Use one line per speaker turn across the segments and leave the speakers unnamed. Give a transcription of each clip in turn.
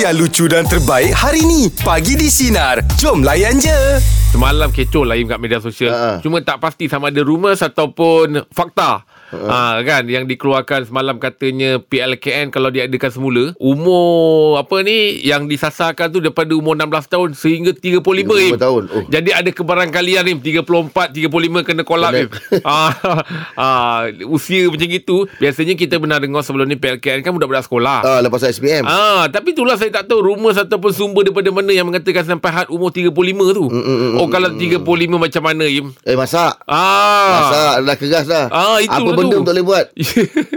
yang lucu dan terbaik hari ni. Pagi di Sinar. Jom layan je.
Semalam kecoh lah Im kat media sosial.
Ha.
Cuma tak pasti sama ada rumours ataupun fakta. Ha, kan yang dikeluarkan semalam katanya PLKN kalau diadakan semula umur apa ni yang disasarkan tu daripada umur 16 tahun sehingga 35 Im.
35 tahun. Oh.
Jadi ada kebarangkalian Im 34 35 kena kolak Im. ah, ah, usia macam gitu biasanya kita pernah dengar sebelum ni PLKN kan budak-budak sekolah.
Ah, lepas SPM.
Ah, tapi itulah saya tak tahu rumours ataupun sumber daripada mana yang mengatakan sampai had umur 35 tu. Mm, mm, mm, oh kalau 35 macam mana Im?
Eh, masak.
Ah.
Masak dah keras dah.
Ah, itu
Apa
tu.
benda pun tak boleh buat?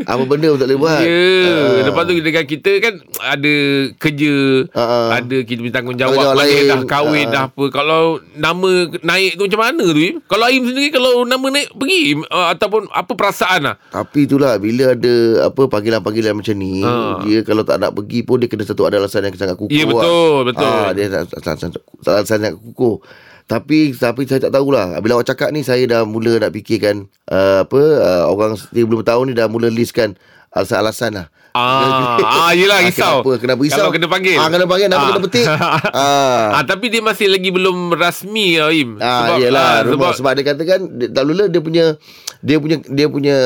Apa benda pun tak boleh buat?
Ya. Yeah.
Ah.
Lepas tu dengan kita kan ada kerja,
Ah, ah.
ada kita punya tanggungjawab,
Tanggungjawab
mana
lain.
dah kahwin
Ah.
dah apa. Kalau nama naik tu macam mana tu Im? Kalau Im sendiri kalau nama naik pergi Im? Ah, ataupun apa perasaan lah?
Tapi itulah bila ada apa panggilan-panggilan macam ni,
Ah.
dia kalau tak nak pergi pun dia kena satu ada alasan yang sangat kukuh.
Ya, betul, betul.
Ah, dia tak alasan alasan yang kukuh. Tapi tapi saya tak tahulah. Bila awak cakap ni saya dah mula nak fikirkan uh, apa uh, orang sebelum tahun ni dah mula listkan alasan-alasan lah.
Ah, ah yelah risau.
Kenapa, kenapa risau?
Kalau kena panggil.
Ah, kena panggil, kenapa
Ah.
kena petik? Ah.
ah. tapi dia masih lagi belum rasmi ya, Im.
Ah, sebab, yelah,
ah,
ah, rumah, sebab, sebab dia kata kan dia- tak lula dia punya dia punya dia punya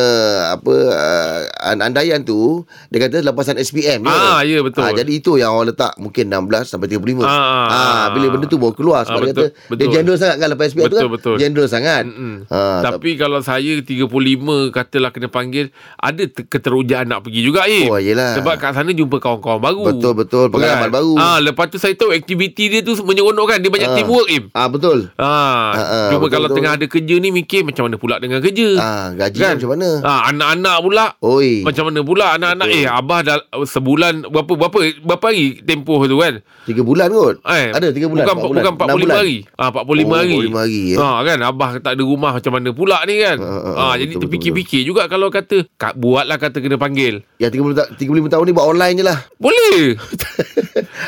apa uh, andaian tu dia kata lepasan SPM ya?
Ah, ya, betul.
Ah, jadi itu yang orang letak mungkin 16 sampai
Ah.
35. ah bila benda tu baru keluar sebab
Ah,
dia
betul,
kata dia
betul.
jendol sangat kan lepas SPM tu kan.
Betul, betul.
Jendol sangat. Ah,
tapi kalau saya 35 katalah kena panggil ada te- keterujaan nak pergi juga eh.
Oh, yelah.
Sebab kat sana jumpa kawan-kawan baru.
Betul, betul. Pengalaman baru.
Ah lepas tu saya tahu aktiviti dia tu menyeronokkan dia banyak
Ah.
teamwork im.
Ah betul.
Ah,
ah,
cuma
betul,
kalau
betul.
tengah ada kerja ni mikir macam mana pula dengan kerja.
Ah gaji kan? macam mana?
Ah anak-anak pula
Oi.
macam mana pula anak-anak eh abah dah sebulan berapa berapa berapa hari tempoh tu kan?
Tiga bulan kot.
Eh,
Ada tiga bulan.
Bukan,
empat
bukan 45
enam bulan.
hari. Ah, 45
Oh,
hari.
45 hari, eh.
Ha, kan? Abah tak ada rumah macam mana pula ni kan?
Ah,
Ha,
ah, ah,
jadi
betul,
terfikir-fikir juga kalau kata, Kak, buatlah kata kena panggil.
Ya 35 ta- 35 tahun ni buat online je lah.
Boleh.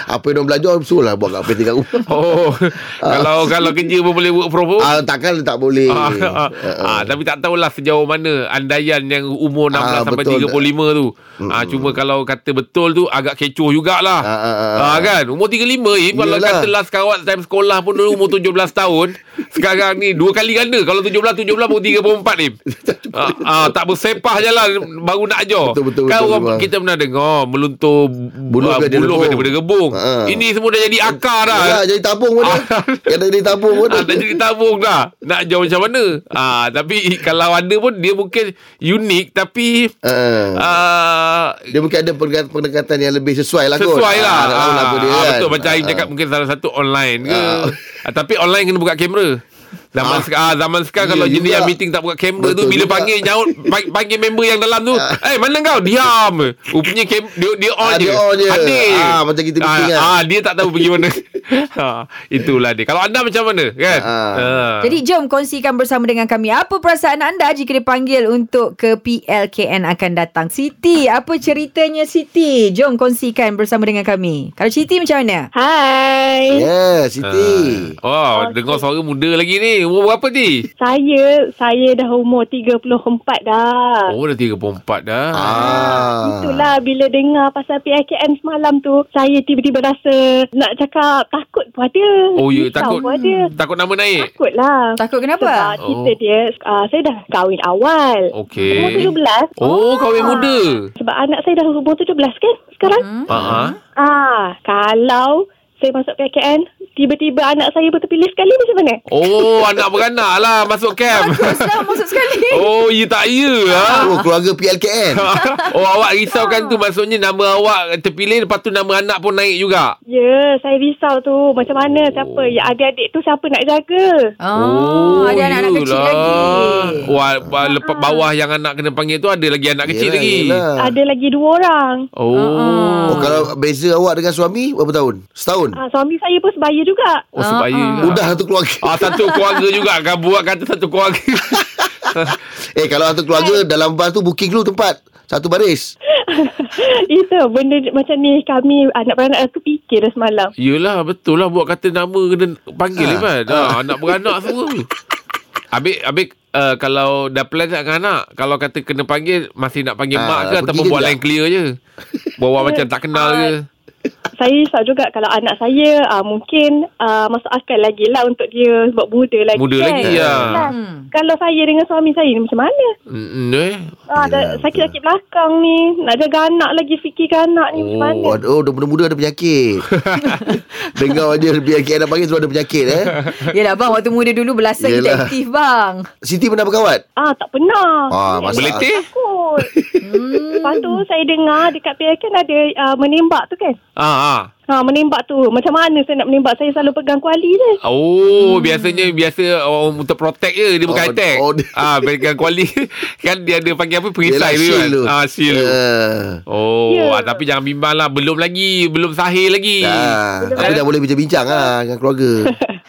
apa yang dia belajar suruh lah buat kat apa tingkat rumah.
Oh, kalau kalau kerja pun boleh work from home.
Ah, takkan tak boleh.
Oh. Ah, ah,
Ah, ah.
ah, tapi tak tahulah sejauh mana andaian yang umur 16
Ah,
sampai
betul.
35 tu. Ah, cuma kalau kata betul tu agak kecoh jugalah.
Ah, ah, ah,
ah, kan? Umur 35 ni kalau
Yelah.
kata last kawat time sekolah pun dulu umur 17 tahun. Sekarang ni dua kali ganda. Kalau 17 17 umur 34 ni. ah, ah, tak bersepah je lah baru nak ajar.
Betul, betul,
kan
betul,
orang
bang.
kita pernah dengar meluntur buluh
biar dia
buluh
rebung.
daripada gebung.
Ah.
Ini semua dah jadi akar dah.
Yalah, jadi tabung pun dah.
Ah.
Kena jadi tabung pun
Ah,
dah.
dah jadi tabung dah. Nak jauh macam mana? Ah, tapi kalau ada pun dia mungkin unik tapi
Ah.
ah,
Dia mungkin ada pendekatan- pendekatan yang lebih sesuai lah kot.
sesuai lah.
tak tahu lah apa dia
Ah,
kan.
betul macam Aim
Ah,
cakap
ah.
mungkin salah satu online ke.
Ah.
Ah, tapi online kena buka kamera. Zaman ah. sekarang ah, zaman sekarang
Ya
kalau jenis
juga.
yang meeting tak buka kamera
Betul
tu bila
juga.
panggil nyaut pang- panggil member yang dalam tu, "Eh, mana kau?" Diam. Rupanya kam, dia dia on
Ah,
je.
dia on je.
Hadir.
Ah, macam kita meeting kan.
ah, dia tak tahu pergi mana. ha, itulah dia. Kalau anda macam mana kan?
Ah.
Ah.
Jadi jom kongsikan bersama dengan kami apa perasaan anda jika dipanggil untuk ke PLKN akan datang. Siti, apa ceritanya Siti? Jom kongsikan bersama dengan kami. Kalau Siti macam mana?
Hai.
Yeah, Siti.
Oh, okay. dengar suara muda lagi ni. Umur berapa ni?
Saya saya dah umur 34 dah.
Oh, dah 34 dah. Oh.
Ah.
Itulah bila dengar pasal PIKM semalam tu, saya tiba-tiba rasa nak cakap takut pun ada.
Oh, ya.
risau
Takut
pun ada.
takut nama naik?
Takut lah.
Takut
Sebab
kenapa?
cerita
Oh.
dia, uh, saya dah kahwin awal. Umur
Okey.
17.
Ah.
Oh, kahwin muda.
Sebab anak saya dah umur 17 kan sekarang.
Hmm?
Ha ah.
Ah, kalau saya masuk PIKM, tiba-tiba anak saya berterpilih sekali macam mana?
Oh, anak beranak lah masuk camp.
Selamat masuk sekali.
Oh, ya tak ya ha?
Oh, keluarga PLKN.
Oh, awak risaukan tu maksudnya nama awak terpilih lepas tu nama anak pun naik juga.
Ya, saya risau tu. Macam
Oh.
mana? Siapa? Ya, adik-adik tu siapa nak jaga?
Oh, ada anak-anak kecil
yelah.
lagi. Ah.
Wah, ba- lepas bawah yang anak kena panggil tu ada lagi anak kecil
Yelah,
lagi.
yelah.
Ah.
Ada lagi dua orang.
Oh.
Ah, Uh-uh.
Oh, kalau beza awak dengan suami berapa tahun? Setahun.
Ah, suami saya pun sebaya juga.
Ah,
Oh, sebaya. juga.
Mudah satu keluarga.
Ah satu keluarga juga kan buat kata satu keluarga.
Eh, kalau satu keluarga dalam bas tu booking dulu tempat. Satu baris.
Itu benda macam ni kami anak-beranak aku fikir dah semalam.
Yelah betul lah buat kata nama kena panggil
Ah,
ha, kan. Ha, anak beranak semua. Habis habis uh, kalau dah plan nak dengan anak, kalau kata kena panggil masih nak panggil
Ah,
mak ke
pergi
ataupun
ke
buat
tak?
lain clear je. Bawa macam tak kenal ke.
saya risau juga kalau anak saya uh, mungkin uh, masuk akal lagi lah untuk dia sebab muda lagi
Muda
kan.
lagi, ya.
Kan? Kalau saya dengan suami saya ni macam mana?
Mm, eh.
Yelah,
Ah, dah sakit-sakit belakang ni. Nak jaga anak lagi, fikirkan anak ni macam mana.
Oh, ada- oh, dah muda-muda ada penyakit. Dengar aja penyakit anak panggil sebab ada penyakit eh.
Yelah bang Waktu muda dulu Belasan kita
Yelah.
aktif bang
Siti pernah berkawat?
Ah, tak pernah.
Ah,
Saya
masak.
Beletih?
Takut. Lepas tu saya dengar dekat PLKN ada uh, menembak tu kan.
Ah, ah.
Ha, menembak tu. Macam mana saya nak menembak? Saya selalu pegang kuali je.
Oh, hmm. biasanya biasa orang untuk protect je dia bukan
Oh,
attack.
oh,
Oh,
dia-
ah, berikan kuali kan dia ada panggil apa
Yelah,
pengisai tu kan.
shield tu.
Ah, shield. tu.
Ah.
Oh,
Ya.
yeah. ah, tapi jangan bimbang lah. Belum lagi. Belum sahih lagi.
Dah. Tapi dah boleh bincang-bincang lah dengan keluarga.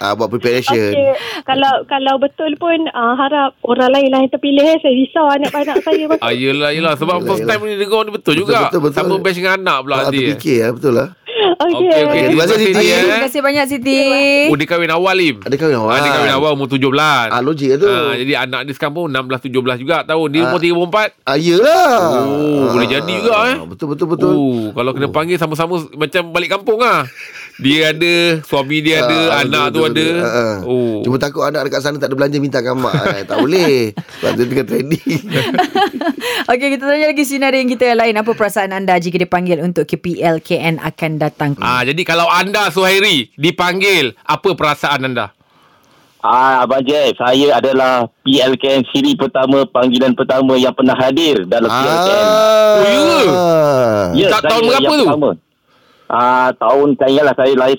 Ah, buat preparation.
Okey, kalau kalau betul pun uh, harap orang lain lah yang terpilih eh. Saya risau anak-anak saya pasal
Ah, yelah, yelah. Sebab
Yelah,
first time ni dengar ni betul,
Betul,
juga.
betul, betul.
Sama best dengan anak pula
Tak
nanti. eh.
terfikir lah, betul lah.
Okey.
Ah, Okey, okey.
Okey,
Terima
terima
kasih
kasih,
dia.
Siti.
eh.
Terima kasih banyak Siti
Oh, dia kahwin awal, Lim.
Ada kahwin awal.
Ah, dia kahwin awal umur 17.
Ah, logik lah tu.
Ah, jadi anak dia sekarang pun 16-17 juga tahun. Dia
Ah.
umur 34.
Ah, yelah.
Oh, boleh jadi juga, eh.
Betul, betul, betul.
Oh, kalau kena panggil sama-sama macam balik kampung ah. Dia ada, suami dia ada,
Ah,
anak tu
betul, betul,
ada.
betul. Ah, ah.
Oh.
Cuma takut anak dekat sana tak ada belanja minta kat mak. eh. Tak boleh. Sebab dia tengah trending.
Okey kita tanya lagi Sinar yang kita yang lain Apa perasaan anda Jika dipanggil untuk KPLKN Akan datang
Ah, jadi kalau anda Suhairi dipanggil, apa perasaan anda?
Ah, Abang Jeff, saya adalah PLKN siri pertama, panggilan pertama yang pernah hadir dalam PLKN.
Ah.
Oh, ya ke?
Ya.
tak tahun
saya
berapa
yang
tu?
pertama. Ah, tahun saya ingatlah saya lahir 1986,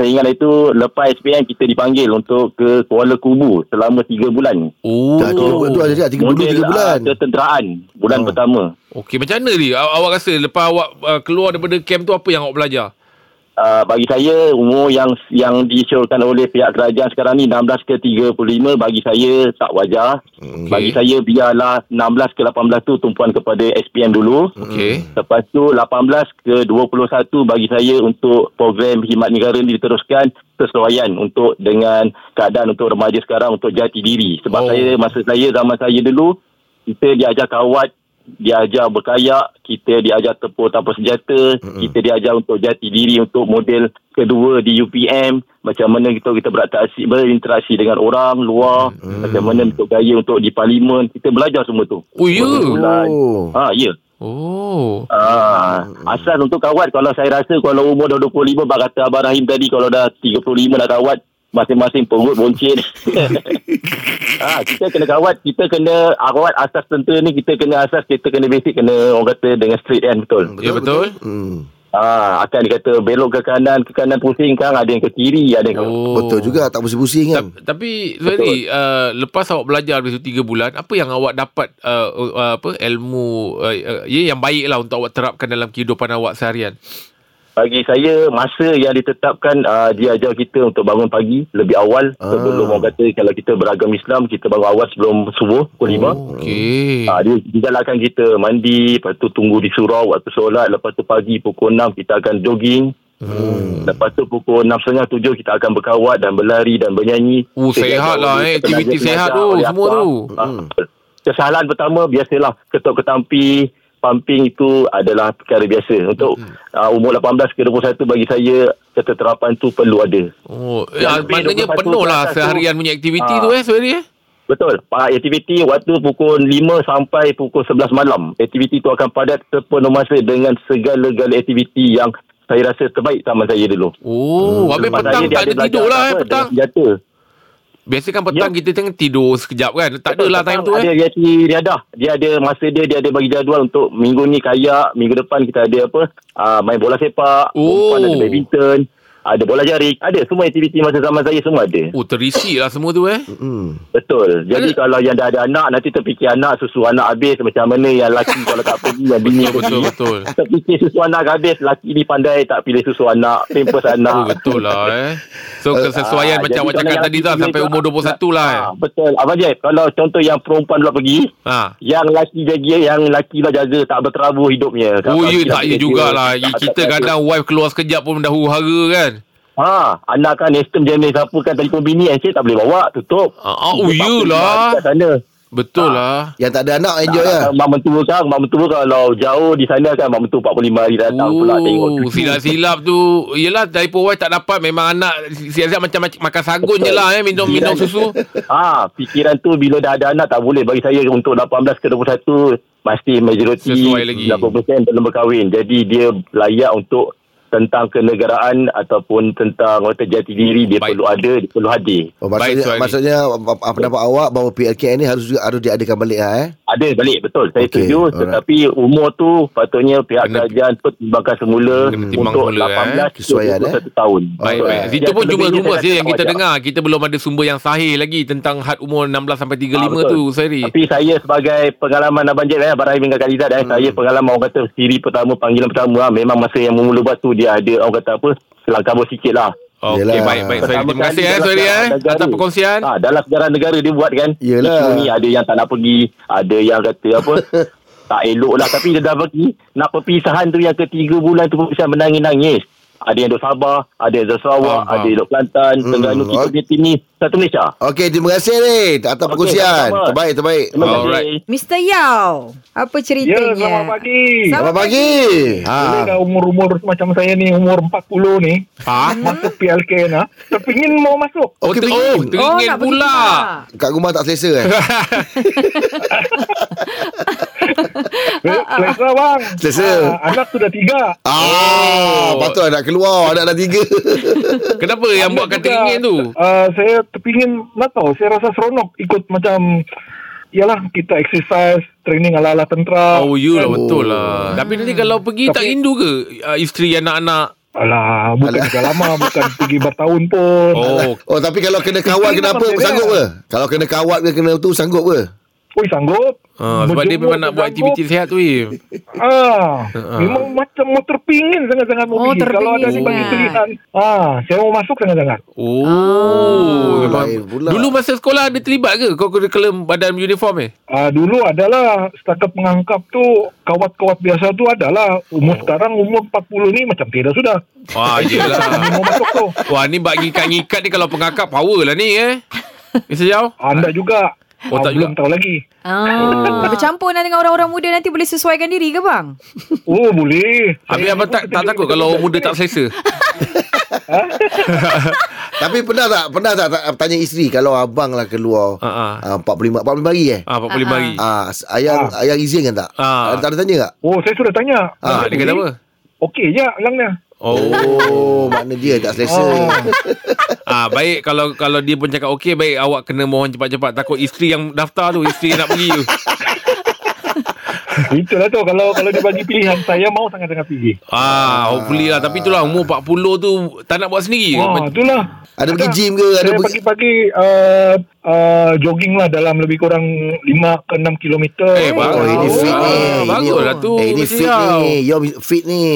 saya ingatlah itu lepas SPM kita dipanggil untuk ke Kuala Kubu selama 3 bulan.
Oh.
Dah tiga bulan tu ada juga. Tiga bulan,
Model,
tiga bulan.
ah, ketenteraan bulan
Oh.
pertama.
Okey, macam mana ni? Awak, awak rasa lepas awak uh, keluar daripada camp tu apa yang awak belajar?
Uh, bagi saya umur yang yang disyorkan oleh pihak kerajaan sekarang ni 16 ke 35 bagi saya tak wajar.
Okey.
Bagi saya biarlah 16 ke 18 tu tumpuan kepada SPM dulu.
Okey.
Lepas tu 18 ke 21 bagi saya untuk program khidmat negara ni diteruskan kesesuaian untuk dengan keadaan untuk remaja sekarang untuk jati diri. Sebab
Oh.
oh. saya masa saya zaman saya dulu kita diajar kawat, diajar berkayak, kita diajar tempur tanpa senjata, mm-hmm. kita diajar untuk jati diri untuk model kedua di UPM, macam mana kita kita berinteraksi, berinteraksi dengan orang luar, mm-hmm. macam mana untuk gaya untuk di parlimen, kita belajar semua tu.
Oh, ya.
Bulan.
Oh.
Ha, ya. Yeah.
Oh.
Ah, asal untuk kawat kalau saya rasa kalau umur dah 25 bak kata Abang Rahim tadi kalau dah 35 dah kawat masing-masing perut boncit. ah, kita kena kawat, kita kena ah, kawat asas tentera ni kita kena asas kita kena basic kena orang kata dengan straight kan betul.
Ya betul.
Hmm.
Ah, akan dikata belok ke kanan, ke kanan pusing kan ada yang ke kiri, ada yang ke
Oh.
Betul juga. Tak pusing-pusing kan.
Ta- tapi Zuhairi, uh, lepas awak belajar dari situ 3 bulan, apa yang awak dapat uh, uh, apa ilmu uh, uh, ya yang baik lah untuk awak terapkan dalam kehidupan awak seharian?
Bagi saya masa yang ditetapkan uh, dia ajar kita untuk bangun pagi lebih awal
Ah.
sebelum orang kata kalau kita beragam Islam kita bangun awal sebelum subuh pukul 5.
Oh, Okey.
Ha, dia digalakkan kita mandi, lepas tu tunggu di surau waktu solat, lepas tu pagi pukul 6 kita akan jogging. Hmm. Lepas tu pukul 6.30 7 kita akan berkawat dan berlari dan bernyanyi.
Oh, sehat lah, eh. Aktiviti sehat tu, semua tu.
Hmm. Kesalahan pertama biasalah ketuk-ketampi, pumping itu adalah perkara biasa. Untuk hmm. uh, umur 18 ke 21 bagi saya keteterapan tu perlu ada.
Oh, eh,
Yang lebih
maknanya
21
penuh lah
tu-
seharian punya aktiviti
Ah.
tu eh Suhairi eh?
Betul. Ah, Aktiviti waktu pukul 5 sampai pukul 11 malam. Aktiviti itu akan padat sepenuh masa dengan segala-gala aktiviti yang saya rasa terbaik zaman saya dulu.
Oh, hmm. habis
Sebab
petang
saya dia
tak ada
belajar
tidur lah eh
apa,
petang.
dengan Senjata.
Biasa kan petang
Ya.
kita tengah tidur sekejap kan. Tak
Betul,
adalah time
petang
tu eh.
Ada riasi riadah. Dia ada masa dia, dia ada bagi jadual untuk minggu ni kayak, minggu depan kita ada apa, ah, main bola sepak,
Oh.
perempuan ada badminton, ada bola jaring, ada semua aktiviti masa zaman saya semua ada.
Oh, terisi lah semua tu eh.
Hmm.
Betul. Jadi
Ada-
kalau yang dah ada anak nanti terfikir anak susu anak habis macam mana yang laki kalau tak pergi yang bini
Betul, betul,
pergi.
betul.
Terfikir susu anak habis laki ni pandai tak pilih susu anak, pampers anak.
Oh, betul lah eh. So, kesesuaian
Ah,
macam
jadi
awak
kalau
cakap
yang
tadi tu lah,
tiga
sampai
tu,
umur 21 lah eh.
ah, betul. Abang Jeff, kalau contoh yang perempuan pula pergi,
Ha.
yang laki jaga, yang laki lah jaga tak berterabur hidupnya.
Oh,
pagi
ya
nak
tak ya
kerja,
jugalah. Ya,
tak-
Kita
tak-
kadang wife keluar sekejap pun dah huru-hara kan.
Ha, anak kan Nestum jenis apa kan telefon bini handset tak boleh bawa, tutup.
Ah, ah, oh, yelah.
Dia tak boleh buat Kat sana.
Betul lah.
Yang tak ada anak enjoy lah.
Mak mentua kan Mak mentua kalau jauh Di sana kan Mak mentua 45 hari datang pula Tengok
Oh,
cucu.
silap-silap tu Yelah Dari pawai tak dapat Memang anak Siap-siap macam macam Makan sagun je lah eh, Minum, minum susu
Ah, Fikiran tu Bila dah ada anak Tak boleh bagi saya Untuk 18 ke 21 Mesti majoriti
Sesuai lagi.
80% belum berkahwin Jadi dia layak untuk Tentang kenegaraan Ataupun tentang Orang jati diri Dia
Baik.
perlu ada Dia perlu hadir
Oh,
Baik,
maksudnya,
Suhaimi.
maksudnya apa- apa pendapat awak bahawa PLKN ni harus juga harus diadakan balik lah eh.
Ada balik betul
Okey,
Saya okay, setuju
alright.
Tetapi umur tu Patutnya pihak
Kena-
Kena, kerajaan Pertimbangkan semula
Kena timbang
Untuk
semula, eh.
18
Kesesuaian, eh.
ke 21 tahun
Baik, baik. Itu
Betul.
pun
Yang
cuma
selebihnya
rumours
saya
je
tak
yang kita
wajar.
dengar. Kita belum ada sumber yang sahih lagi tentang had umur 16 sampai 35
Ah, betul.
tu, Sairi.
Tapi saya sebagai pengalaman Abang Jeb eh, Abang Rahim dengan Kak Liza eh,
Hmm.
Saya pengalaman orang kata Siri pertama Panggilan pertama ah, Memang masa yang mula buat tu Dia ada orang kata apa Selangkabur sikit lah
Okey,
Yelah.
baik, baik. Sairi.
Pertama
Terima kasih
kali
eh,
dalam
Sairi eh.
negara-
Atas perkongsian.
ha, Dalam sejarah negara dia buat kan
Yelah.
Isu ni ada yang tak nak pergi Ada yang kata apa Tak elok lah Tapi dia dah pergi Nak perpisahan tu yang ketiga bulan tu Perpisahan menangis-nangis ada yang duduk Sabah, ada yang duduk Sarawak,
Faham, faham.
ada yang duduk Kelantan,
Hmm,
Terengganu, kita
ok.
punya tim ni satu Malaysia.
Okey, terima kasih ni atas
Okey,
perkongsian.
sama-sama.
Terbaik, terbaik.
Terima kasih.
Alright.
Mr. Yao, apa ceritanya?
Ya, selamat pagi.
Selamat
Selamat pagi. Ha.
Bila dah umur-umur macam saya ni, umur 40 ni,
Ha?
Hmm?
masuk PLK na, ah? terpingin mau masuk.
Oh,
Okey,
ter-
pergi.
oh, teringin
nak pergi
pula.
pula.
Kat rumah tak selesa eh.
Sel- Eh, Selesa bang.
Ah, Selesa.
Ah, anak sudah tiga.
ah,
Oh.
patut nak keluar, anak dah tiga.
Kenapa yang buatkan
Juga,
teringin tu?
Uh, saya terpingin, nak tahu, saya rasa seronok ikut macam, Yalah kita exercise, training ala-ala tentera.
Oh, you lah
Kan?
betul lah. Tapi nanti kalau pergi tak
Tapi-
rindu ke uh, isteri anak-anak?
Alah, bukan
Alah.
juga lama, bukan pergi bertahun pun.
Oh,
Oh, tapi kalau kena kawat kena apa
Memang beza.
sanggup ke? Kalau kena kawat ke kena tu sanggup ke?
Oi, sanggup.
ha, sebab dia
Berjemur
memang nak
pun
buat
sanggup.
aktiviti sihat tu. Im.
Ah,
Ha.
memang macam mau terpingin sangat-sangat mau
Oh,
pergi. Kalau ada
terpingin
bagi
sangat.
pilihan, ah, saya mau masuk sangat-sangat.
Oh, memang.
lain pula.
Dulu masa sekolah ada terlibat ke kau kurikulum badan uniform eh?
Ah, dulu adalah setakat mengangkap tu kawat-kawat biasa tu adalah umur
Oh.
sekarang umur 40 ni macam tiada sudah.
Wah,
Ah,
Ah, yelah.
Mau masuk tu.
Wah ni bak ngikat-ngikat ni kalau pengakak power lah ni eh. Mr. Yao.
Ah, Anda juga.
Oh, tak
belum
juga.
tahu lagi.
Ah, bercampur lah dengan orang-orang muda nanti boleh sesuaikan diri ke bang?
Oh, boleh.
Habis
Saya
abang tak,
pun
tak
terjadi
takut
macam
kalau
budak
orang muda
sini.
tak selesa?
Tapi pernah tak pernah tak, tak tanya isteri kalau abang lah keluar
Ha, ha.
ah, 45 45 hari eh?
Ah, 45 hari.
Ah, s- ayang ayang izin kan tak?
Ah.
Tak ada tanya tak?
Oh, saya sudah tanya.
Ah, dia kata apa?
Okey ya, je, langnya.
Oh.
Oh, makna dia tak selesa.
Oh,
Ah, baik kalau kalau dia pun cakap okey baik awak kena mohon cepat-cepat takut isteri yang daftar tu isteri nak pergi tu.
Itulah tu kalau kalau dia bagi pilihan saya mau sangat-sangat pergi.
Ah, hopefully lah tapi itulah umur 40 tu tak nak buat sendiri.
Wah,
Mac-
Ah, itulah.
Ada pergi gym ke? Ada
Saya
pergi
pagi-pagi uh, uh, jogging lah dalam lebih kurang 5 ke 6 kilometer.
Eh, bagus.
Oh, ini
Oh,
fit ni. Ini-
bagus lah tu,
Eh, ini
Mr.
fit
Yao.
ni. Yo fit ni.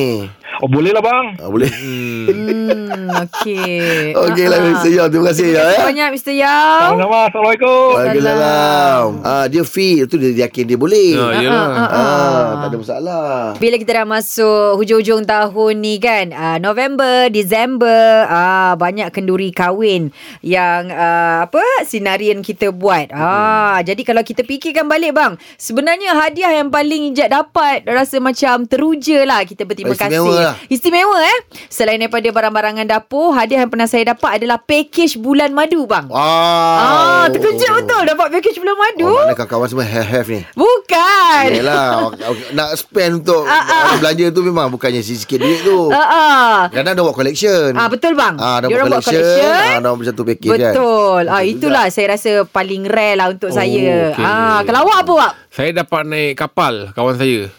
Oh, boleh lah bang.
Ah, boleh.
Hmm, okey.
Okey lah,
Mm. Ah, ah.
Mr. Yao. Terima kasih, Yao.
Terima
Ya.
kasih banyak Mr. Yao.
Sama-sama. Assalamualaikum.
Waalaikumsalam.
lah.
Ah, dia fit. Itu dia yakin dia boleh.
Ah,
Ah,
yalah.
ah, ah.
Ah, tak ada masalah.
Bila kita dah masuk hujung-hujung tahun ni kan uh, November, Disember uh, Banyak kenduri kahwin Yang uh, apa sinarian kita buat uh, Jadi kalau kita fikirkan balik bang Sebenarnya hadiah yang paling Ijat dapat Rasa macam teruja lah Kita berterima
Istimewa
kasih
lah.
Istimewa eh Selain daripada barang-barangan dapur Hadiah yang pernah saya dapat adalah Package bulan madu bang
Wow.
Ah, terkejut betul dapat package bulan madu.
Oh, mana kawan-kawan semua have-have ni?
Bukan.
Yelah, ok- ok- nak spend untuk
Ah, ah.
belanja tu memang bukannya sikit-sikit duit tu.
Ah, ah.
Kadang ada buat collection.
Ah betul bang.
Ah, ada
Diorang
buat collection. Ah, ada buat satu package kan.
Betul. Ah itulah saya rasa paling rare lah untuk
Oh,
saya.
okey.
Ah kalau awak apa awak?
Saya dapat naik kapal kawan saya.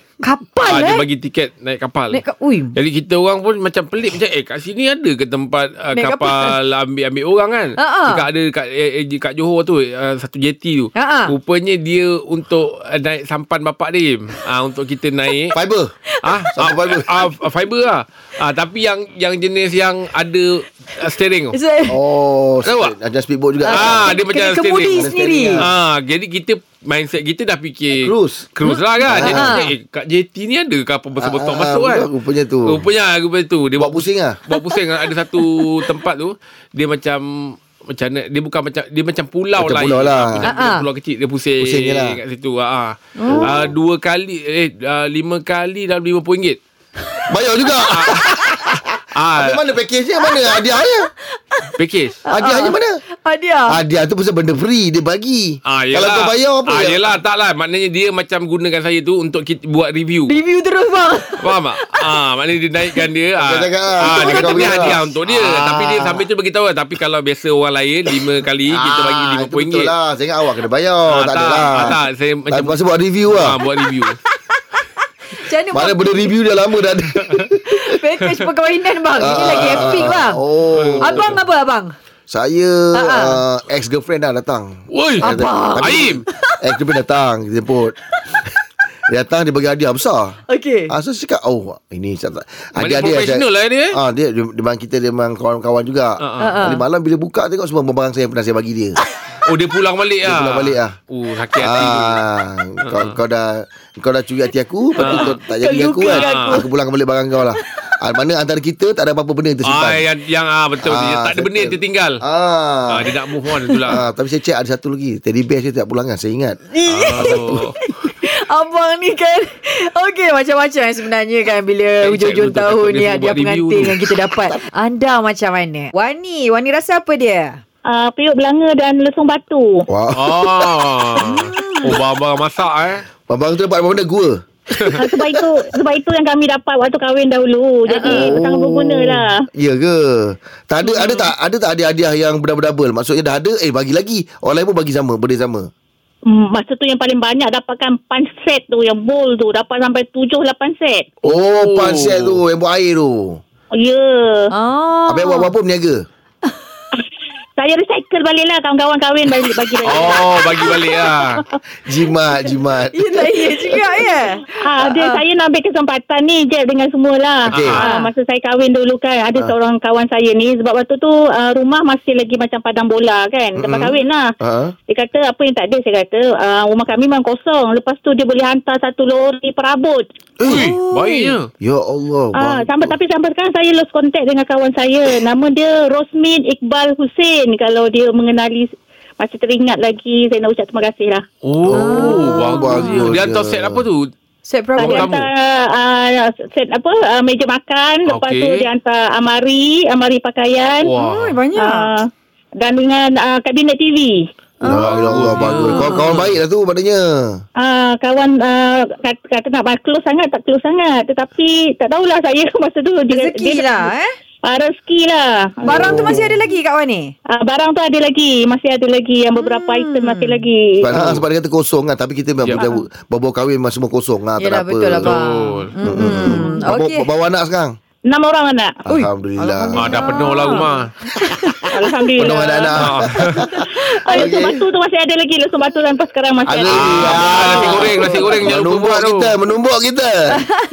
ah,
Kapal eh.
dia bagi Oh. tiket naik kapal.
Naik ka- Ui.
Jadi kita orang pun macam pelik macam eh kat sini ada ke tempat uh,
Naik
kapal ambil ambil orang kan?
Ha, ha.
Dekat ada dekat eh, eh, dekat Johor tu uh, satu jeti tu.
Ha, ha.
Rupanya dia untuk uh, naik sampan bapak dia. Ah uh, untuk kita naik.
Fiber.
Ah,
Sampan fiber.
fiber. Ah, ah, fiber lah. Ah, tapi yang yang jenis yang ada uh, steering tu.
So,
Oh,
Tahu tak?
ada speedboat juga.
Ah, dia
kena
macam
kemudi
steering.
sendiri.
ya.
Ah, jadi kita mindset kita dah fikir
Ah, Cruise.
Cruise lah kan. Jadi
Ah.
eh, kat JT ni ada ke apa besar-besar
Ah, ah,
masuk kan? ah,
betul, rupanya tu.
Rupanya rupanya tu. Dia
Buat pusing ah.
Buat pusing ada satu tempat tu dia macam macam mana dia bukan macam dia macam pulau
Macam
lah.
pulau lah.
Macam
Ah, ah.
pulau kecil dia pusing,
Pusing je lah.
kat situ. Ah. Oh. Ah, dua kali eh ah, lima kali dalam RM50.
Bayar juga.
Ah,
Habis mana package dia? Mana hadiah dia?
package.
Ah,
Hadiahnya mana?
Hadiah.
Hadiah tu pasal benda free dia bagi.
Ah,
Kalau
yelah.
kau bayar apa?
Ah,
yang-
yelah, tak lah. Maknanya dia macam gunakan saya tu untuk kita buat review.
Review terus bang.
Faham tak? Ah, maknanya dia naikkan dia. Ah,
Dia cakap, ah,
ah, dia
untuk orang
kata ni
kata
hadiah
lah.
untuk dia.
Ah.
Tapi dia sambil tu bagi tahu lah. Tapi kalau biasa orang lain, lima kali kita bagi
Ah,
RM50.
itu Betul lah. Saya ingat awak kena bayar.
Ah,
tak,
tak.
ada lah.
Ah, tak. Saya
tak
macam-
macam buat review lah.
Ah, buat review.
Macam mana
Mana
bang?
benda review dah lama dah ada.
Package perkahwinan bang. Ini
Ah,
lagi epic bang.
Oh.
Abang apa abang?
Saya
Ah, ah.
uh, ex-girlfriend dah datang.
Woi,
Abang.
Aim.
Ex-girlfriend eh, datang. Kita jemput. dia datang dia bagi hadiah besar.
Okey.
Ah, so saya cakap Oh ini saya-
Maknanya
Hadiah dia
professional lah dia, eh?
ah, dia, dia, dia memang kita dia memang kawan-kawan
ah.
juga
Ah, ah.
Tadi malam bila buka Tengok semua barang saya Yang pernah saya bagi dia
Oh, dia pulang balik
Dia
lah.
pulang balik lah.
Oh, sakit hati.
ah, kau, kau dah Kau dah curi hati aku Lepas
Ah.
tu kau tak jadi
Kau
aku
luka
kan
aku.
Aku pulang balik barang kau lah ah, Mana antara kita Tak ada apa-apa benda yang tersimpan
Ah, yang, yang ah, betul.
Ah,
Dia tak ada benda yang
betul.
tertinggal. Ah,
Ah.
dia nak move on tu lah.
Ah, tapi saya cek ada satu lagi Teddy bear saya tak pulang kan Saya ingat
Oh.
Abang ni kan Okey macam-macam eh sebenarnya kan
Eh,
Bila
cik,
hujung-hujung
betul,
tahun
takut dia
ni
suruh
Hadiah
buat review
pengantin
tu.
yang kita dapat Anda macam mana? Wani Wani rasa apa dia?
Uh, periuk belanga dan lesung batu.
Wah
Ah. Oh, barang-barang masak eh.
Abang tu dapat apa benda Gua
Ah, sebab itu sebab itu yang kami dapat waktu kahwin dahulu. Jadi uh, sangat berguna lah.
Oh.
Hmm.
Ya ke Tak ada Ada tak Ada tak hadiah-hadiah yang Berdouble-double Maksudnya dah ada Eh bagi lagi Orang lain pun bagi sama Benda sama
Hmm, masa tu yang paling banyak dapatkan pan set tu yang bowl tu dapat sampai 7 8 set.
Oh, panset tu Yang buat air tu
Ya. Yeah.
Oh.
Abang buat apa berniaga
Saya recycle balik lah kawan-kawan kahwin balik bagi balik.
Oh, bagi balik lah.
Jimat Jimat
Yelah ya juga ya
Ah, dia saya nak ambil kesempatan ni je dengan semualah.
Okey.
Ah, masa saya kahwin dulu kan ada seorang kawan saya ni sebab waktu tu ah, rumah masih lagi macam padang bola kan. Lepas kahwin lah.
Ah.
Dia kata apa yang tak ada saya kata ah, rumah kami memang kosong. Lepas tu dia boleh hantar satu lori perabot.
Eh.
Ui, baiknya.
Ya Allah
Ah,
bang.
sampai tapi sampai sekarang saya lost contact dengan kawan saya. Nama dia Rosmin Iqbal Hussein kalau dia mengenali masih teringat lagi saya nak ucap terima kasih lah.
Oh, bagus.
bagusnya.
Dia hantar set apa tu?
Set
Ah,
berapa
dia
Kamu?
hantar uh, set apa uh, meja makan lepas
Okey.
tu dia hantar amari amari pakaian
Oh,
Wah.
banyak
uh, dan dengan uh, kabinet TV
Ya Allah
Oh.
bagus Kawan-kawan baik lah tu Maknanya
Ah, kawan ah, kata, kata nak close sangat tak close sangat tetapi tak tahulah saya masa tu dia,
Rezeki
dia,
lah eh
ah, rezeki lah
Barang tu masih ada lagi kat Wani?
Ah, barang tu ada lagi masih ada lagi yang beberapa
Hmm.
item masih lagi
sebab, ha, sebab dia kata kosong kan Tapi kita
Ya.
memang yeah. Bawa kahwin memang semua kosong lah Tak
Yelah
ada apa Hmm.
betul lah bang
Betul.
Mm-mm. hmm. Okey
Bawa, bawa anak sekarang
enam orang anak
Ui.
Alhamdulillah
Ah, dah penuh lah rumah.
alhamdulillah
Penuh anak-anak
ah, lesung batu tu masih ada lagi lesung batu dan pas sekarang masih
Ada
ada,
lagi.
Ah, nasi goreng, nasi goreng jangan lupa
Menumbuk
buat tu.
kita Menumbuk kita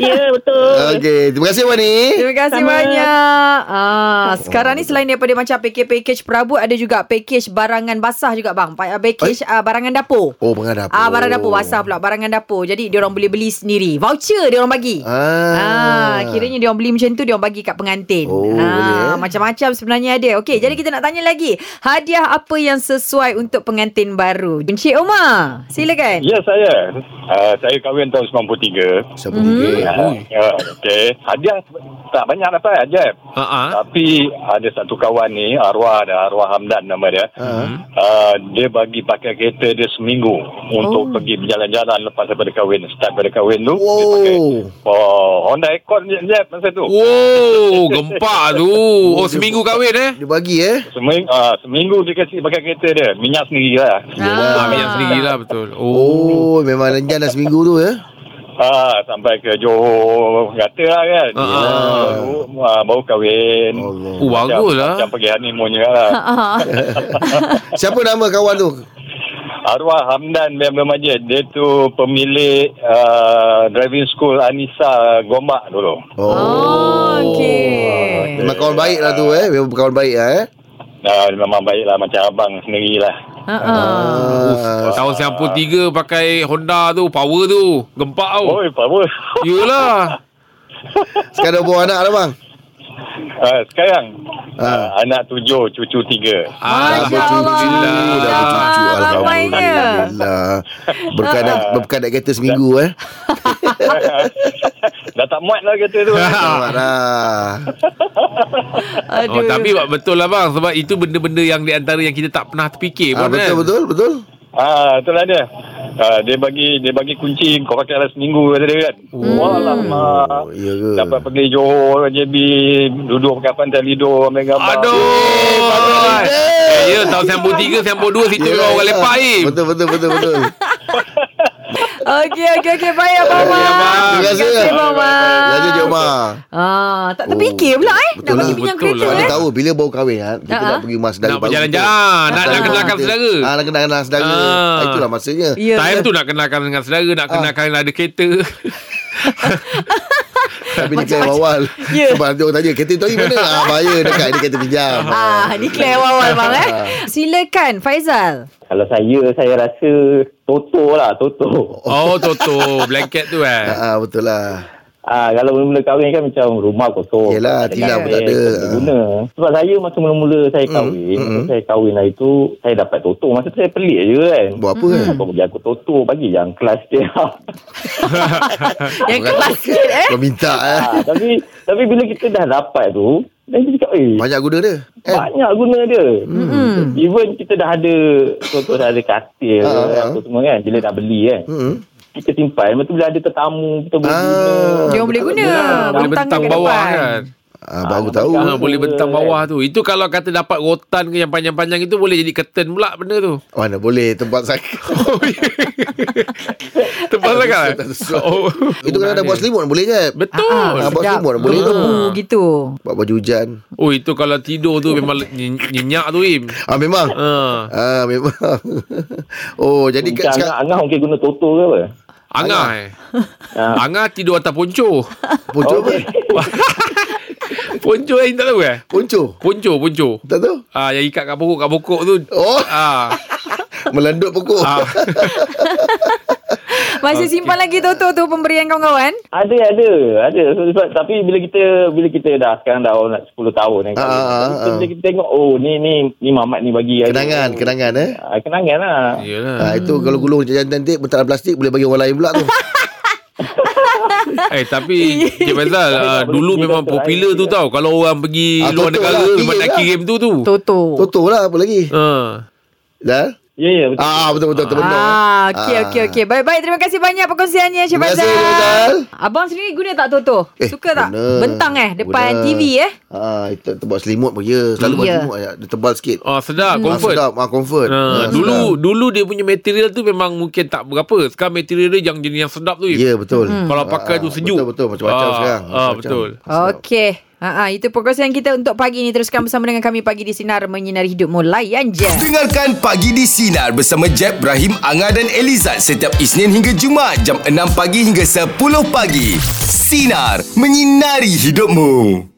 ya betul
Okey Terima kasih Wani
Terima kasih Sama.
Sama.
banyak. Ah, sekarang ni selain daripada macam package-package perabot ada juga package barangan basah juga bang. Pa- Package uh, barangan dapur.
Oh pengadap
Ah barang dapur basah pula barangan dapur. Jadi dia orang boleh beli sendiri. Voucher dia orang bagi.
Ah.
Ah, kiranya dia orang beli macam tu dia orang bagi kat pengantin. Ah,
Oh, boleh, eh?
macam-macam sebenarnya ada. Okey, jadi kita nak tanya lagi. Hadiah apa yang sesuai untuk pengantin baru? Encik Omar, silakan.
Ya saya. Uh, saya kahwin tahun 93.
Siapa
Eh,
tiga
Ya.
Hmm.
Uh, uh, Okey. Hadiah tak banyak dapat hadiah.
Ah, ah.
Tapi ada satu kawan ni arwah ada arwah Hamdan nama dia.
Hmm.
Ah.
Uh, dia bagi pakai kereta dia seminggu untuk
Oh.
pergi berjalan-jalan lepas daripada kahwin. Start daripada kahwin tu dia pakai.
Wow
Oh, Honda Accord je je masa tu.
Oh. Wow, gempak tu. Oh, seminggu kahwin eh.
Dia bagi eh
Seming, uh, seminggu dia kasi pakai kereta dia. Minyak sendiri lah.
Ah, minyak sendiri lah betul. Oh.
Oh memang renjan dah seminggu tu ya
Ah, sampai ke Johor kata lah kan.
Ah.
Ya, baru, ah, baru kahwin.
Allah.
Oh, bagus lah.
Macam pergi honeymoon je lah.
Ah,
Siapa nama kawan tu
Arwah Hamdan bin Abdul Majid. Dia tu pemilik uh, driving school Anissa Gombak dulu.
Oh, okey.
Memang kawan baik lah tu eh Memang kawan baik lah eh
Ah, dia memang baik lah macam abang sendiri lah.
Ha
Uh,
ah.
tahun 93 pakai Honda tu, power tu. Gempak
Eh.
tau.
Oh, power.
Yelah.
Sekarang dah buat anak dah bang
Ah, sekarang
Ah.
Ah. Anak tujuh, cucu
Ah,
tiga.
Masya Allah.
Alhamdulillah.
Masya Allah. Ramainya.
Alhamdulillah. Berkadak berkadak kereta seminggu eh.
Dah tak muat lah kereta tu.
Ha.
Selamat lah.
Aduh.
Oh, tapi bab- betul lah bang Sebab itu benda-benda yang di antara Yang kita tak pernah terfikir
Ah,
pun
betul
kan
betul betul.
Ah, itulah dia. Ah, dia bagi dia bagi kunci kau pakai dalam seminggu kata dia kan. Hmm. Walamak.
Ah,
Oh, ya ke?
Dapat pergi Johor, JB, duduk pakai pantai Lido, ambil gambar.
Aduh Eh, Ya tahun sempur tiga Sempur dua Situ
Yelah,
kau orang
yelah.
lepak eh
Ya, Betul betul betul betul.
Okey, okey, okey. Baik, Abang
Eh,
Omar.
Abang.
Terima
Terima
kasih,
kasih.
Abang Omar.
Ya je Jom
Ah, tak
Oh,
terfikir pula eh. Nak
betul
pergi
lah,
pinjam
betul
kereta
lah.
Mana
eh.
tahu bila baru kahwin ha? Kita
Ah, ah.
nak pergi rumah saudara
Nak
baru
berjalan
kita.
jalan Nak, nak
Saudara
kenalkan
kita.
saudara
Ah, nak kenalkan saudara.
Ah.
Ah, itulah maksudnya.
Ya,
Time tu
betul.
nak kenalkan dengan saudara Nak kenalkan ada kereta
Tapi dia kena awal.
Ya.
Sebab nanti orang tanya, kereta tu hari mana? Ah, bahaya dekat dia kereta pinjam.
Ah, declare awal-awal bang
Ah.
eh. Silakan Faizal.
Kalau saya, saya rasa Toto lah, Toto.
Oh Toto Blanket tu eh
Ah, ah, betul lah.
Ah, kalau mula-mula kahwin kan macam rumah kosong.
Yelah, tilam pun tak ada. Ah,
Tak guna. Sebab saya masa mula-mula saya kahwin,
mm,
mm,
mm.
saya kahwin hari tu, saya dapat Toto. Masa tu saya pelik je kan.
Buat apa kan?
Hmm.
Kau bagi aku Toto, bagi yang kelas dia.
Yang kelas sikit eh.
Kau minta eh.
ah, tapi tapi bila kita dah dapat tu, dan kita cakap, eh,
Banyak guna dia. Eh,
banyak guna dia.
Hmm.
Even kita dah ada, contoh dah ada katil,
Ah, ah,
apa semua kan, bila dah beli kan.
Hmm.
Kita simpan, lepas tu bila ada tetamu, kita boleh
Ah.
guna. lah.
Dia orang boleh guna.
Ah, Boleh bentang
kat
bawah
depan.
kan
Ah, baru
Ah,
tahu.
Ah, boleh bentang bawah tu. Itu kalau kata dapat rotan ke yang panjang-panjang itu boleh jadi curtain pula benda tu.
Mana boleh tempat saya.
Tempat sangat.
Tak sesuai.
Oh.
Itu kalau dah buat selimut boleh kan?
Betul.
Ah, buat
sedap.
selimut boleh tu.
Lembu gitu.
Buat baju hujan.
Oh itu kalau tidur tu memang le- nyi- nyenyak tu Im.
Ah memang.
Ha.
Ah memang. oh jadi
Macam
kat sekarang
angah-angah mungkin guna Toto ke apa? Ha,
Angah eh.
Ah.
Angah tidur atas ponco.
lah.
ponco apa?
ponco eh tak tahu eh?
Ponco.
Ponco, ponco.
Tak tahu.
Ah yang ikat kat pokok kat pokok tu.
Oh,
Ah.
melendut pokok.
ah.
Masih simpan lagi Toto tu pemberian kawan-kawan.
Ada ada ada So, sebab tapi bila kita bila kita dah sekarang dah orang nak 10 tahun kan.
Ah, ah, ah,
Kita- bila
ah.
kita tengok oh ni ni ni mamat ni bagi
kenangan, kenangan eh.
Ah, kenangan lah.
Yalah.
Ah itu kalau gulung jantan cantik bentaran plastik boleh bagi orang lain pula tu.
Eh tapi Cik Faizal ah,
tak boleh
dulu
pergi
memang
doktor
popular
lain.
tu tau kalau orang pergi
Ah,
luar
betul
negara
lah,
memang
pilih
nak
lah.
kirim tu tu.
Toto.
Toto lah apa lagi?
Ha.
Dah?
Ya ya betul.
Ah betul betul betul benar.
Ah, okey okey okey. Baik-baik terima kasih banyak perkongsiannya Cik
Terima kasih,
Faizal.
Cik Faizal.
Abang sendiri guna tak Toto?
Eh,
Suka tak?
guna.
Bentang eh depan
Guna.
TV eh.
Ah itu tu buat selimut pun ya. Selalu buat
Ya.
selimut ya. Dia tebal sikit.
Ah sedap
Ah,
comfort.
sedap, ah comfort.
Ha,
Ah,
dulu
sedap.
dulu dia punya material tu memang mungkin tak berapa. Sekarang material dia yang jenis yang sedap tu. Im.
Ya betul.
Hmm.
Kalau pakai
Ah,
tu sejuk.
Betul betul macam-macam
Ah,
sekarang.
ah, betul.
Okey. Ha itu perkongsian kita untuk pagi ini teruskan bersama dengan kami pagi di sinar menyinari hidupmu layan je.
Dengarkan Pagi di Sinar bersama Jeb, Ibrahim, Anga dan Elizad setiap Isnin hingga Jumaat jam 6 pagi hingga 10 pagi. Sinar. Menyinari hidupmu.